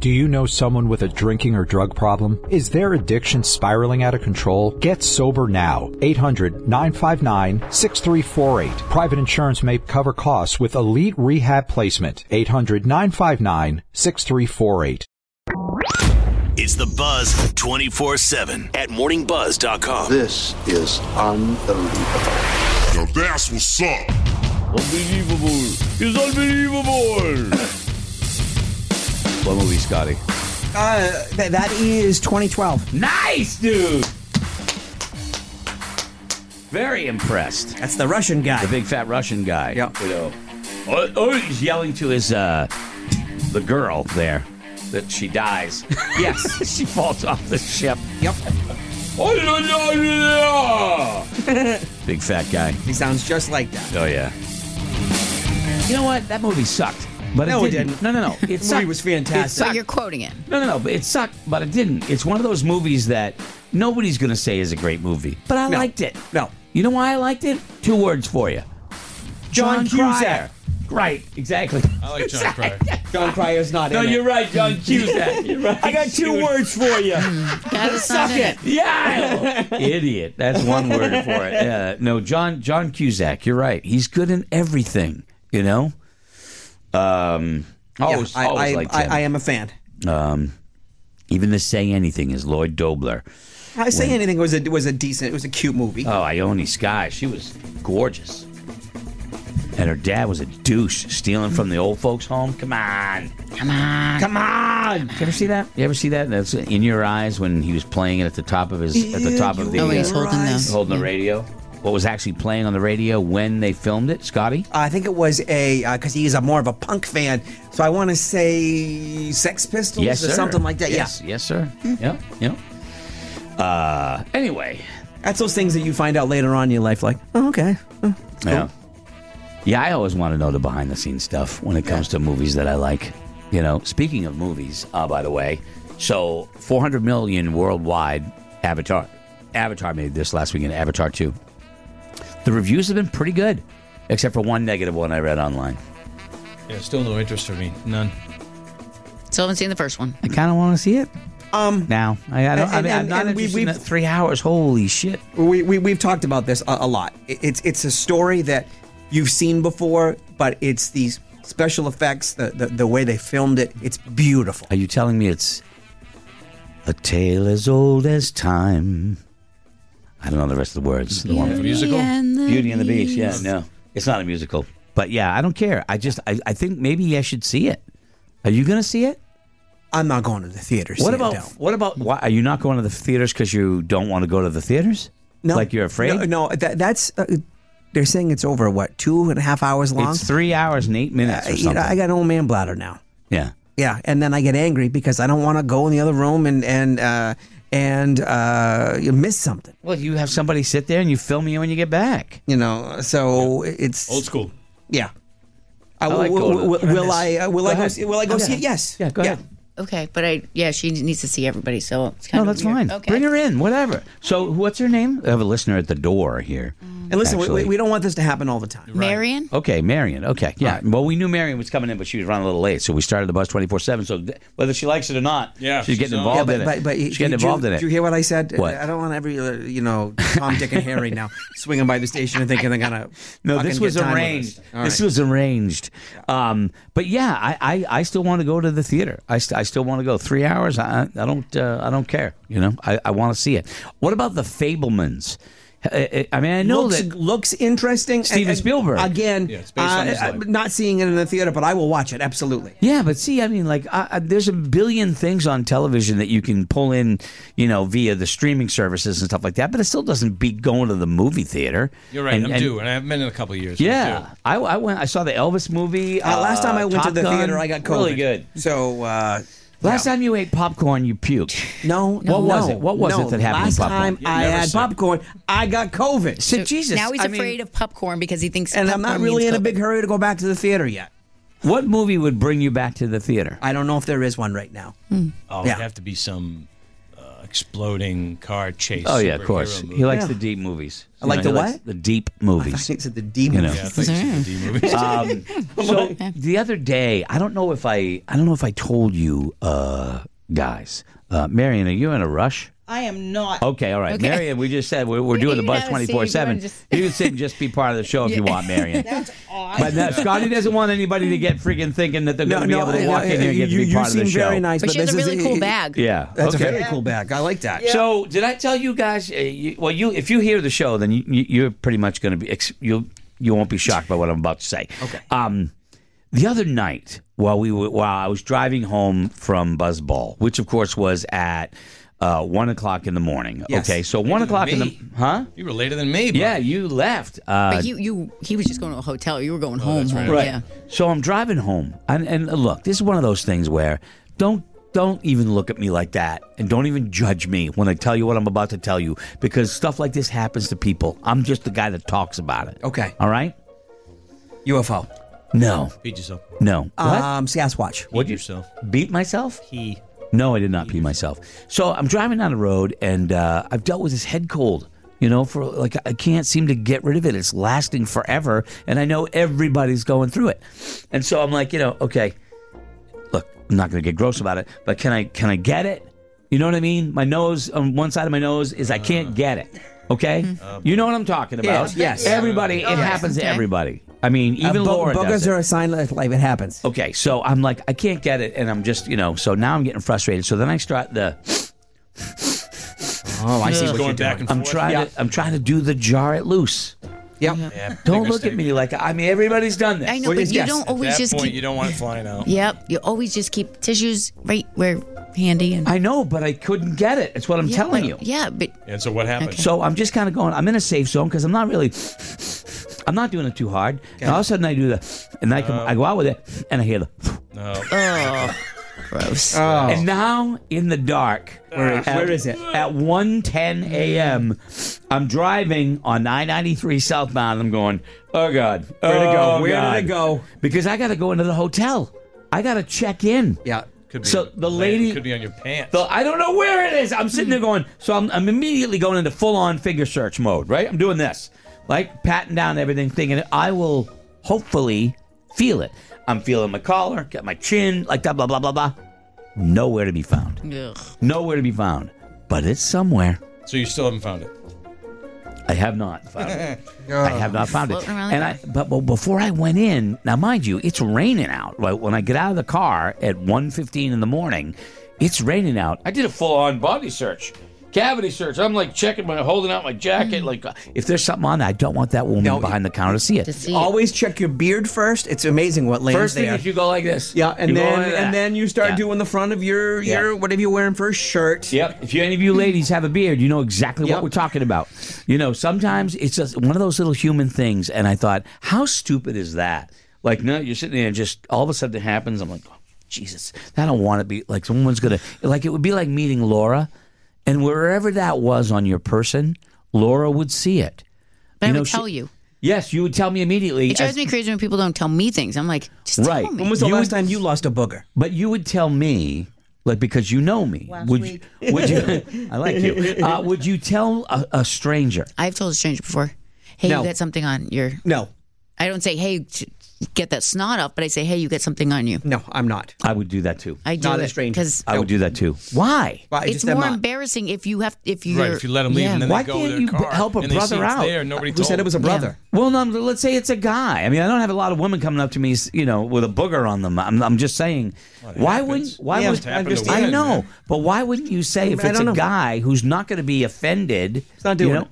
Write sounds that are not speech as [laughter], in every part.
Do you know someone with a drinking or drug problem? Is their addiction spiraling out of control? Get sober now. 800-959-6348. Private insurance may cover costs with elite rehab placement. 800-959-6348. It's the Buzz 24 7 at morningbuzz.com. This is unbelievable. Now that's what's up. Unbelievable. It's unbelievable. What movie, Scotty? Uh, th- that is 2012. nice, dude. Very impressed. That's the Russian guy. The big fat Russian guy. Yeah. You know, Oh, oh, he's yelling to his, uh, the girl there that she dies. [laughs] Yes. she falls off the ship. yep. big fat guy. He sounds just like that. Oh, yeah. You know what? That movie sucked. But No, it it didn't. didn't. No, no, [laughs] no. It movie sucked. was It fantastic. So sucked. you're quoting it. No, no, no. but It sucked, but it didn't. It's one of those movies that nobody's going to say is a great movie. But I No. liked it. No. You know why I liked it? Two words for you. John Cryer. Right, exactly. I like John Cryer. John Cryer's not No, in you're it. right, John [laughs] Cusack. You're right. I got two words for [laughs] you. Guys, it's not in it. [laughs] Yeah, idiot. That's one word for it. Yeah, no, John John Cusack. You're right. He's good in everything. You know. Um, always, I, always I, liked I, him. I am a fan. Even the say anything is Lloyd Dobler. I say When- anything was a was a decent. It was a cute movie. Oh, Ione Sky. She was gorgeous. And her dad was a douche, stealing from the old folks' home. Come on, come on, come on! You ever see that? You ever see that? That's in your eyes when he was playing it at the top of his, at the top of the, Oh, he's uh, holding Rise. those. holding the radio. What was actually playing on the radio when they filmed it, Scotty? I think it was a because he is a more of a punk fan. So I want to say Sex Pistols yes, or sir. something like that. Yes, yes, sir. Yep, yep. Uh, anyway, Yeah, that's those things that you find out later on in your life. Like, oh, okay, Oh, Yeah. Yeah, I always want to know the behind the scenes stuff when it comes to movies that I like. You know, speaking of movies, uh, by the way, so 400 million worldwide, Avatar. Avatar made this last weekend, Avatar 2. The reviews have been pretty good, except for one negative one I read online. Yeah, still no interest for me. None. Still haven't seen the first one. I kind of want to see it. Um, now I, I don't. I and- mean, I'm and- not and we- interested in we've- that three hours. Holy shit! we, we we've talked about this a, a lot. It- It's it's a story that you've seen before, but it's these special effects, the the, the way they filmed it. It's beautiful. Are you telling me it's a tale as old as time? I don't know the rest of the words. The one musical? and the Beauty and the Beast. Yeah, no, it's not a musical. But yeah, I don't care. I just, I, I think maybe I should see it. Are you going to see it? I'm not going to the theater. What so about, no. what about, why, are you not going to the theaters because you don't want to go to the theaters? Like you're afraid? No, no that, that's uh, they're saying it's over what two and a half hours long. It's three hours and eight minutes I, or Uh, you something. know, I got an old man bladder now. yeah. Yeah, and then I get angry because I don't want to go in the other room and and uh, and uh, you miss something. Well, you have somebody sit there and you film you when you get back. You know, so it's Old school. Yeah. I, like will, going to the will- Uh, will premise. I uh, will Go I go ahead. see, will I go see it? Yes. Yeah, go ahead. Okay, but I yeah, she needs to see everybody, so it's kind No, of that's weird. fine. Okay. Bring her in, whatever. So, what's her name? I have a listener at the door here. And listen, we, we, Actually- we don't want this to happen all the time. Marion. Okay, Marion. Okay, yeah. Well, we knew Marion was coming in, but she was running a little late, so we started the bus twenty four seven. So th- whether she likes it or not, Yeah, she's she's getting on. involved but, in Oh, it. but, but she's getting did you- involved in it. Did you hear what I said? What? I don't want every uh, you know Tom, Dick, and [laughs] Harry now swinging by the station and thinking they're gonna. no, fucking this was get time with arranged. us. All This right. was arranged. Um, but yeah, I, I, I still want to go to the theater. I, st- I still want to go three hours. I, I don't uh, I don't care. You know, I, I want to see it. What about the Fablemans? I, I I mean, I know looks, that. looks interesting. and- Steven and Spielberg. again. Yeah, it's based on his uh, life. not seeing it in the theater, but I will watch it absolutely. Yeah, but see, I mean, like, I, I, there's a billion things on television that you can pull in, you know, via the streaming services and stuff like that. But it still doesn't beat going to the movie theater. You're right. And- I'm and- due, and I haven't been in a couple of years. I'm Yeah, due. I, I went. I saw the Elvis movie. Uh, last time I went Top to the Gun. theater, I got COVID. Really good. So uh, Last yeah. time you ate popcorn, you [laughs] puked. No, What was no, it? What was no. it that happened Last to popcorn? time I never had said. popcorn, I got COVID. So, Jesus, Now he's I mean- afraid of popcorn because he thinks. and I'm not popcorn really means in a COVID. big hurry to go back to the theater yet. What movie would bring you back to the theater? I don't know if there is one right now. Hmm. Oh, Yeah. it'd have to be some uh, exploding car chase. Oh yeah, of superhero course. movie. He likes Yeah. the deep movies. I like he the likes what? The deep I movies. think it's at the D You know. movie. Yeah, I think it's the D movies. Um, so the other day, I don't know if I, I don't know if I told you, uh, guys. Uh, Marion, are you in a rush? I am not. Okay, all right, Okay. Marion. We just said we're, we're doing the [laughs] You buzz gotta twenty see, you four wanna seven. just- You can sit and just be part of the show if you want, [laughs] Marion. That's awesome. But now, Scotty doesn't want anybody to get freaking thinking that they're going to be able to walk in here and get to you, be you part of seem the show. very nice, But she has a this really is, cool bag. Yeah, That's okay. a very cool bag. I like that. So, did I tell you guys? Uh, you, well, you if you hear the show, then you, you, you're pretty much going to be ex- you you won't be shocked by what I'm about to say. Okay. Um, the other night, while we were while I was driving home from Buzzball, which of course was at uh, one o'clock in the morning. Yes. Okay, so one o'clock in the me. huh? [laughs] you were later than me. Bro. Yeah, you left. Uh, But you, you, he was just going to a hotel. You were going home. Oh, that's home. right. Yeah. So I'm driving home, and, and look, this is one of those things where don't don't even look at me like that, and don't even judge me when I tell you what I'm about to tell you, because stuff like this happens to people. I'm just the guy that talks about it. Okay. All right. UFO. No. Beat yourself. No. Um, Sasquatch. Beat yourself. what? Beat myself? He. No, I did not pee myself. So I'm driving down the road, and uh, I've dealt with this head cold. You know, for like I can't seem to get rid of it. It's lasting forever, and I know everybody's going through it. And so I'm like, you know, okay, look, I'm not going to get gross about it, but can I can I get it? You know what I mean? My nose on one side of my nose is I can't get it. Okay, you know what I'm talking about. Uh-huh. Yes, yes. everybody, it happens to Okay. everybody. I mean, even Uh, bu- Laura does Buggers it. are a sign that life. It happens. Okay, so I'm like, I can't get it, and I'm just, you know, so now I'm getting frustrated. So then I start the, Oh, I see. Just going back and I'm forth. trying to, I'm trying to do the jar it loose. Yep. Yeah, Don't bigger look at statement. me like I mean everybody's done this. I know, Well, but yes, you yes. don't At always At that just point, keep. you don't want it flying out. Yep. You always just keep tissues right where handy and. I know, but I couldn't get it. It's what I'm Yeah, telling but- you. Yeah, but And so what happened? So I'm just kind of going. I'm in a safe zone because I'm not really. I'm not doing it too hard. And all of a sudden I do the, and I can, Uh, I go out with it, and I hear the, No. uh, gross. oh. and now in the dark. Where is, where is it? At 1.10 a.m., I'm driving on I-93 southbound. I'm going, oh, God. Where did it go? Oh, Where God. did it go? Because I got to go into the hotel. I got to check in. Yeah. Could be So on- the lady- could be on your pants. So I don't know where it is. I'm sitting there going, so I'm, I'm immediately going into full-on figure search mode, right? I'm doing this. Like, patting down everything, thinking I will hopefully feel it. I'm feeling my collar, got my chin, like that, blah, blah, blah, blah. Nowhere to be found. Ugh. Nowhere to be found. But it's somewhere. so you still haven't found it. I have not found [laughs] it. I have Oh. not found it. Floating around like And I, but, but before I went in, now mind you, it's raining out. Right when I get out of the car at 1.15 in the morning, it's raining out. I did a full on body search, cavity search. I'm like checking my, holding out my jacket. Hmm. Like uh, if there's something on, there, I don't want that woman No, behind the counter to see it. to see. Always check your beard first. It's amazing what lands First thing there. is you go like this. yeah, and You go then like that. and then you start Yeah. doing the front of your Yeah. your whatever you're wearing for a shirt. Yep. If you, any of you ladies have a beard, you know exactly what Yep. we're talking about. You know, sometimes it's just one of those little human things. And I thought, how stupid is that? Like, no, you're sitting there and just all of a sudden it happens. I'm like, oh, Jesus, I don't want to be like someone's going to, like, it would be like meeting Laura. And wherever that was on your person, Laura would see it. But I know, would tell she- you. Yes, you would tell me immediately. It drives as- me crazy when people don't tell me things. I'm like, just Right. tell When me. was the You last would- time you lost a booger? But you would tell me, like, because you know me. Last would week. You, would [laughs] you? I like you. Uh, would you tell a, a stranger? I've told a stranger before, hey, No. you got something on your. No, I don't say, hey, t- get that snot off, but I say, hey, you got something on you. no, I'm not. I would do that too. I do Not a it stranger. because I would do that too. Why? But I it's just am more not. embarrassing if you have if you Right. If you let them leave and then Why they go can't with their you car, help a and they see brother it's out? There, and nobody Who told said it was a them. brother? Well, no, let's say it's a guy. I mean, I don't have a lot of women coming up to me, you know, with a booger on them. I'm, I'm just saying, why happens. wouldn't? Why Yeah, would? I understand. I know, but why wouldn't you say if I it's don't a know. guy who's not going to be offended? It's not doing it.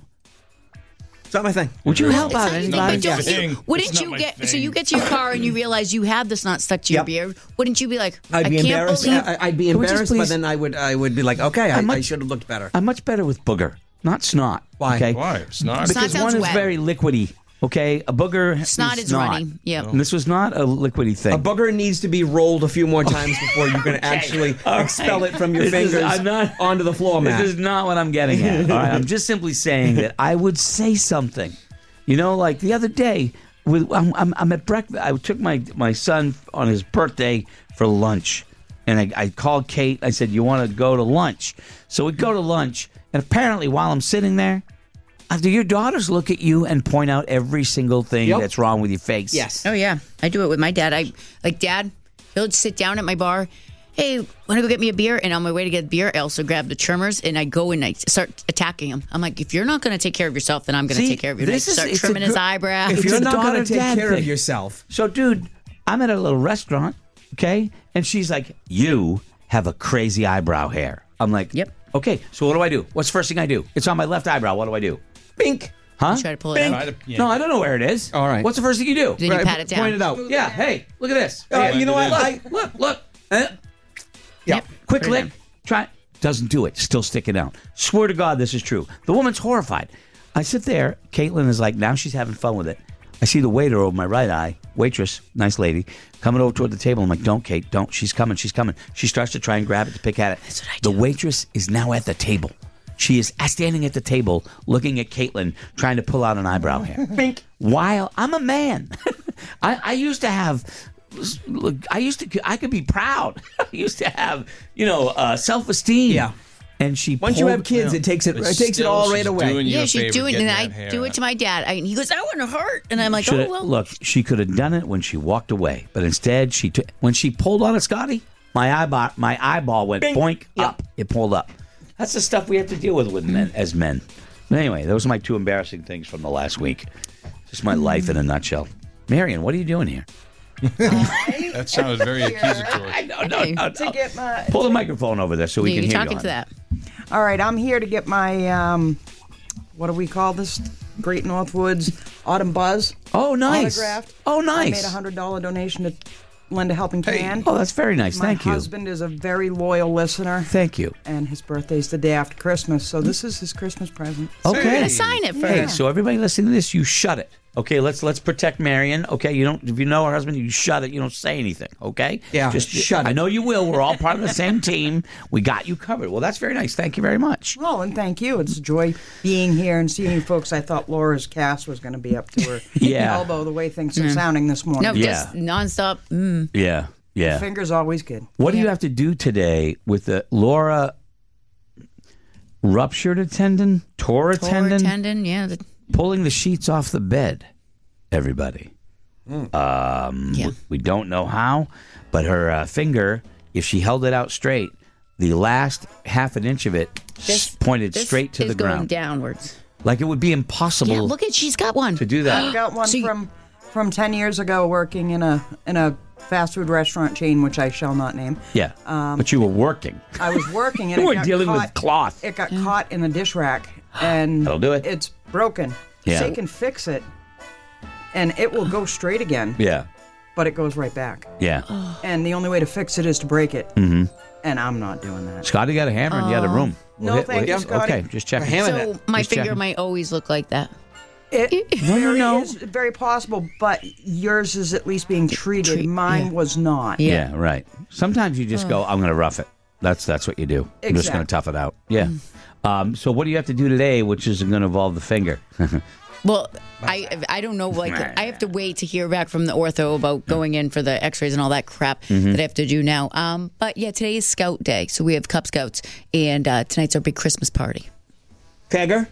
It's not my thing. Would you help It's out not your thing, anybody? but don't thing. you, It's wouldn't not you my get so thing. you get to your car and you realize you have the snot stuck to Yep. your beard? Wouldn't you be like, I'd be I can't embarrassed. believe I, would be Can we just embarrassed, but please- then I would I would be like, okay, I, I'm I much- should have looked better. I'm much better with booger, not snot. Why? Okay? Why? It's Snot not. Because sounds one is wet. very liquidy. Okay, a booger. Snot is not. runny, yep. And this was not a liquidy thing. a bugger needs to be rolled a few more times before you [laughs] can actually All right. expel it from your This is- fingers I'm not- onto the floor mat. This is not what I'm getting [laughs] at. All right, I'm just simply saying that I would say something. You know, like the other day, with I'm, I'm, I'm at breakfast. I took my my son on his birthday for lunch, and I, I called Kate. I said, "You want to go to lunch?" So we go to lunch, and apparently, while I'm sitting there, uh, do your daughters look at you and point out every single thing Yep. that's wrong with your face? Yes. Oh yeah, I do it with my dad. I like dad. He'll just sit down at my bar. Hey, want to go get me a beer? And on my way to get beer, I also grab the trimmers and I go and I start attacking him. I'm like, if you're not going to take care of yourself, then I'm going to See, take care of you. And I this is- start it's a trimming his good- eyebrows. if If you're you're not daughter going to take dad care thing. of yourself, So, dude, I'm at a little restaurant, okay? And she's like, You have a crazy eyebrow hair. I'm like, Yep. Okay, so what do I do? What's the first thing I do? It's on my left eyebrow. What do I do? Bink. Huh? You try to pull it Bink. out? Try to- yeah. No, I don't know where it is. All right. What's the first thing you do? Then you pat it down. point it out. Yeah, hey, look at this. Uh, Hey, you know what? Look, I, look, look. Uh, Yep. Quick Put it lick. down. Try. Doesn't do it. Still sticking out. Swear to God, this is true. The woman's horrified. I sit there. Caitlin is like, now she's having fun with it. I see the waiter over my right eye, waitress, nice lady, coming over toward the table. I'm like, don't, Kate, don't. She's coming. She's coming. She starts to try and grab it to pick at it. That's what I do. The waitress is now at the table. She is standing at the table looking at Caitlin, trying to pull out an eyebrow [laughs] hair. While I'm a man, [laughs] I, I used to have look, I used to, I could be proud. [laughs] I used to have, you know, uh, self esteem. Yeah. And she once you pulled- have kids, it takes it, But it takes it still, all right she's away. doing you yeah, a she's favor doing it. getting And I that hair do it out. to my dad. I, and he goes, I want to hurt. And I'm like, Shoulda- oh, well. Look, she could have done it when she walked away, but instead she took when she pulled on it, Scotty. My eyeball, my eyeball went boink up. It pulled up. That's the stuff we have to deal with with men as men. But anyway, those are my two embarrassing things from the last week. Just my life in a nutshell. Marion, what are you doing here? That sounded [laughs] very accusatory. No, no, Hey, no, no. Pull the microphone over there so we you're can hear talking you. to that. All right, I'm here to get my um, what do we call this? Great Northwoods Autumn Buzz. Oh, nice. Autographed. Oh, I nice. made a hundred dollar donation to lend a helping hand. Oh, that's very nice. My Thank you. husband is a very loyal listener, Thank you. and his birthday's the day after Christmas, so this is his Christmas present. We're Okay. going to sign it first. Hey, so everybody listening to this, you shut it. Okay, let's let's protect Marion. Okay, you don't if you know her husband, you shut it. You don't say anything. Okay, Yeah, just shut I it. know you will. We're all part of the same team. We got you covered. Well, that's very nice. Thank you very much. Well, and thank you. It's a joy being here and seeing you folks. I thought Laura's cast was going to be up to her Yeah. elbow the way things are sounding this morning. No, Yeah. just nonstop. Mm. Yeah, yeah. Fingers always good. What do you have to do today with the Laura ruptured a tendon, tore a Tendon. tendon, tendon. Yeah. the- pulling the sheets off the bed? Everybody. yeah. We don't know how, but her uh, finger, if she held it out straight, the last half an inch of it s- pointed This straight to is the going ground. downwards. Like it would be impossible Yeah, look at she's got one. to do that. [gasps] got one So you- from from 10 years ago working in a in a fast food restaurant chain which I shall not name. yeah. but you were working. I was working and [laughs] [laughs] You it were got dealing with caught, cloth. It got caught in a dish rack [gasps] and That'll do it. It's broken. Yeah. They can fix it and it will go straight again, Yeah. but it goes right back. Yeah. And the only way to fix it is to break it. Mm-hmm. And I'm not doing that. Scotty got a hammer in the other room. No, thank you, Scotty. Okay, just checking. hammer. So my Just finger checking. might always look like that. It No, no, very no. is very possible, but yours is at least being treated. Treat- Mine yeah. was not. Yeah. right. Sometimes you just go, I'm going to rough it. That's that's what you do. I'm just going Exact. to tough it out. Yeah. Um, so what do you have to do today, which is going to involve the finger? [laughs] Well, I I don't know. Like I have to wait to hear back from the ortho about going in for the X-rays and all that crap Mm-hmm. that I have to do now. Um, but yeah, today is Scout Day, so we have Cub Scouts, and uh, tonight's our big Christmas party. Pegger,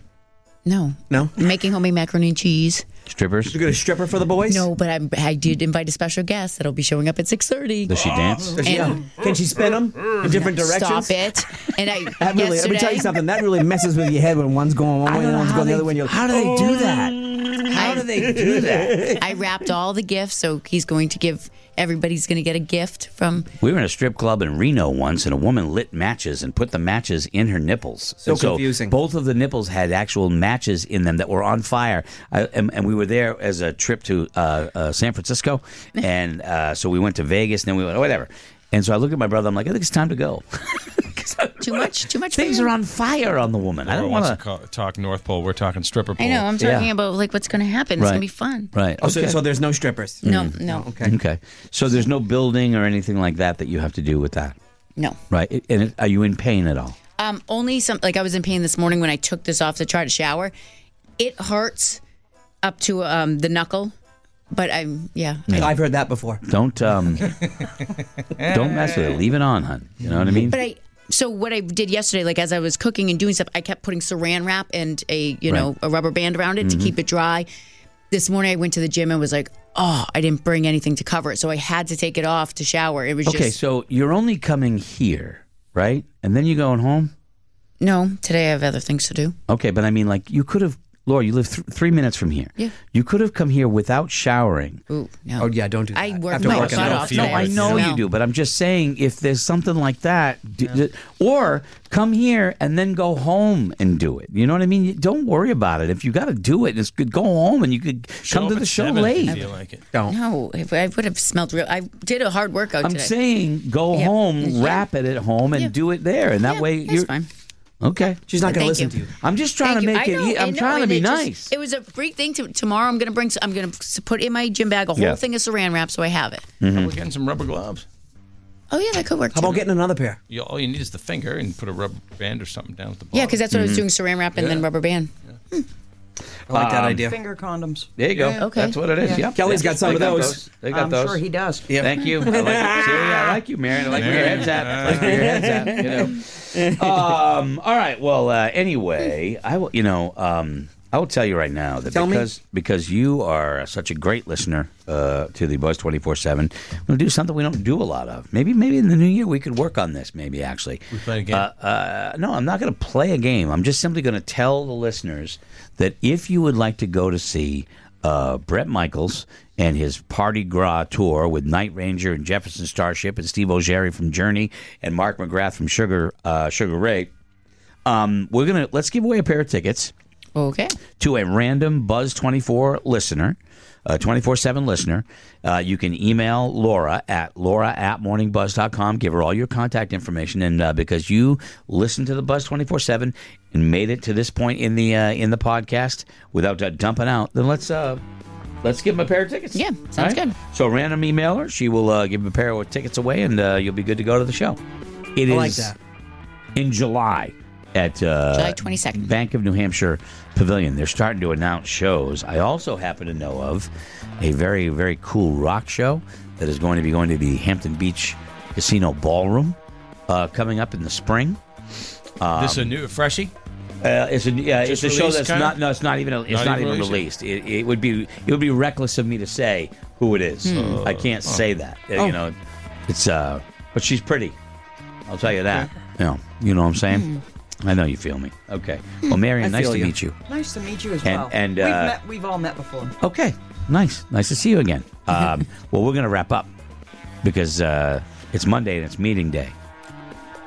No, No? I'm making homemade macaroni and cheese. Strippers? you going to stripper for the boys? No, but I'm, I did invite a special guest that'll be showing up at six thirty. Does she dance? Yeah. Can she spin them in different directions? Stop it! And I That really, [laughs] let me tell you yesterday, something. That really messes with your head when one's going one way and one's going the other way. and you're like, "Oh, How do they do that? I- How do they do that? I wrapped all the gifts, so he's going to give everybody's going to get a gift from We were in a strip club in Reno once, and a woman lit matches and put the matches in her nipples. So, confusing. Both of the nipples had actual matches in them that were on fire. I, and, and we were there as a trip to uh, uh, San [laughs] Francisco, and uh, so we went to Vegas, and then we went whatever. And so I looked at my brother. I'm like, I think it's time to go. [laughs] 'Cause I- too much, too much. Things fire. are on fire on the woman. I Laura don't wants want to ca- talk North Pole. We're talking stripper pole. I know. I'm talking Yeah. about like what's going to happen. It's Right. going to be fun. Right. Mm. Oh, so, so there's no strippers. No, no, Okay. okay. So there's no building or anything like that that you have to do with that, no. right? And it, are you in pain at all? Um, only some like I was in pain this morning when I took this off to try to shower. It hurts up to um the knuckle But I'm yeah. Mm. I've heard that before. Don't um, don't mess with it. Leave it on, hun. You know what I mean? But I so what I did yesterday, like as I was cooking and doing stuff, I kept putting saran wrap and a you know Right. a rubber band around it Mhm. to keep it dry. This morning I went to the gym and was like, oh, I didn't bring anything to cover it, so I had to take it off to shower. It was okay, just so you're only coming here, right? And then you're going home. no. Today I have other things to do. Okay, but I mean, like you could have, Laura. You live th- three minutes from here. Yeah. You could have come here without showering. Ooh, no. Oh yeah, don't do that. I worked After my working butt out. off. No, today. I know Smell. you do, but I'm just saying if there's something like that, d- d- or come here and then go home and do it. You know what I mean? You- Don't worry about it. If you got to do it, it's good. Go home and you could come to the show late. I feel like it. Don't. No, if I would have smelled real. I Oh, did a hard workout I'm today. saying go Yeah. Mm-hmm. home, Yeah. wrap it at home, and do it there, and that Yeah, way that's you're fine. okay. She's not going to Thank listen you. to you. I'm just trying Thank to you. make I it. know, e- I'm I know, trying to and be it just- nice. it was a freak thing. To, tomorrow I'm going to bring. s- I'm going to s- put in my gym bag a whole Yeah. thing of Saran wrap so I have it. Oh, we're getting some rubber gloves. Oh yeah, that could work. How too. about getting another pair? You, all you need is the finger and put a rubber band or something down at the bottom. Yeah, because that's what I was Mm-hmm. doing: Saran wrap and then Yeah. rubber band. I like that idea. Finger condoms. there you go. Okay. That's what it is. Yeah. Yep. Kelly's Yep. got some They of those. They got I'm those. sure he does. Yeah. Thank you. I like, see, I like you, Marion. I like where your head's at. I like where your head's at. You know. [laughs] Um, all right. Well, uh, anyway, I will. You know, um, I will tell you right now that Tell me. because because you are such a great listener uh, to the Buzz twenty four seven, we're gonna do something we don't do a lot of. Maybe maybe in the new year we could work on this. Maybe actually. We play a game. Uh, no, I'm not going to play a game. I'm just simply going to tell the listeners that if you would like to go to see uh, Brett Michaels and his Party Gras tour with Night Ranger and Jefferson Starship and Steve O'Gerry from Journey and Mark McGrath from Sugar uh, Sugar Ray, um, we're gonna let's give away a pair of tickets Okay. to a random Buzz 24 listener, a 24 7 listener. Uh, you can email Laura at laura at morningbuzz.com. Give her all your contact information. And uh, because you listened to the Buzz 24 7 and made it to this point in the uh, in the podcast without uh, dumping out, then let's. Uh, Let's give them a pair of tickets. Yeah, sounds All good. So, random emailer, she will uh, give 'em a pair of tickets away, and uh, you'll be good to go to the show. It is I like that. in July at uh, July 22nd. Bank of New Hampshire Pavilion. They're starting to announce shows. I also happen to know of a very, very cool rock show that is going to be going to the Hampton Beach Casino Ballroom uh, coming up in the spring. this um, a new freshie? Uh, it's a yeah, it's Just a show released, that's kinda? not no, it's not even a, it's not, Not even even released. released It, it would be it would be reckless of me to say who it is. Hmm. I Oh. can't say that. Uh, You know, it's uh, but she's pretty. I'll tell you that. You know, you know what I'm saying. I know you feel me. Okay. Well, Marion, Hmm. I nice feel to you. meet you. Nice to meet you as And- well. and, we've, uh, met, we've all met before. Okay. Nice. Nice to see you [laughs] again. Um, well, we're gonna wrap up because uh, it's Monday and it's meeting day.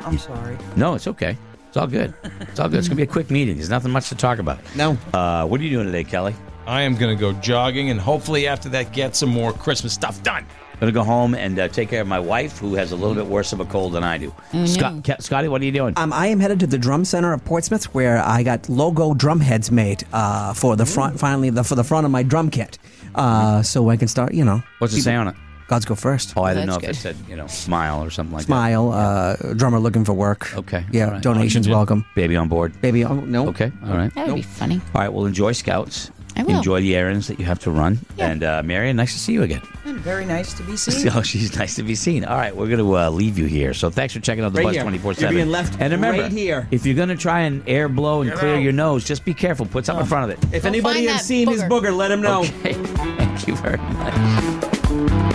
I'm sorry. No, it's okay. It's all good. It's all good. It's gonna be a quick meeting. There's nothing much to talk about. No. Uh, what are you doing today, Kelly? I am going to go jogging and hopefully after that get some more Christmas stuff done. gonna go home and uh, take care of my wife, who has a little bit worse of a cold than I do. Mm-hmm. Scott, Ke- Scotty, what are you doing? Um, I am headed to the Drum Center of Portsmouth, where I got logo drum heads made uh, for the front. Finally, the, for the front of my drum kit, uh, so I can start. You know, What's it say on it? God's go first. Oh, I didn't know That's if it good. said you know smile or something like Smile, uh, drummer looking for work. Okay, yeah, all right. donations welcome, that. Baby on board. baby. Oh, no, Okay, all right, That would be funny. all right. Well, enjoy Scouts. I will. Enjoy the errands that you have to run. And uh, Marion, nice to see you again. And very nice to be seen. So she's nice to be seen. All right, we're going to uh, leave you here. So thanks for checking out the Right bus here. twenty four You're seven. being left and remember, right here. if you're going to try and air blow and clear out. your nose, just be careful. Put Oh. something in front of it. [laughs] If Go anybody find has that seen his booger. booger, let him know. Okay. Thank you very much.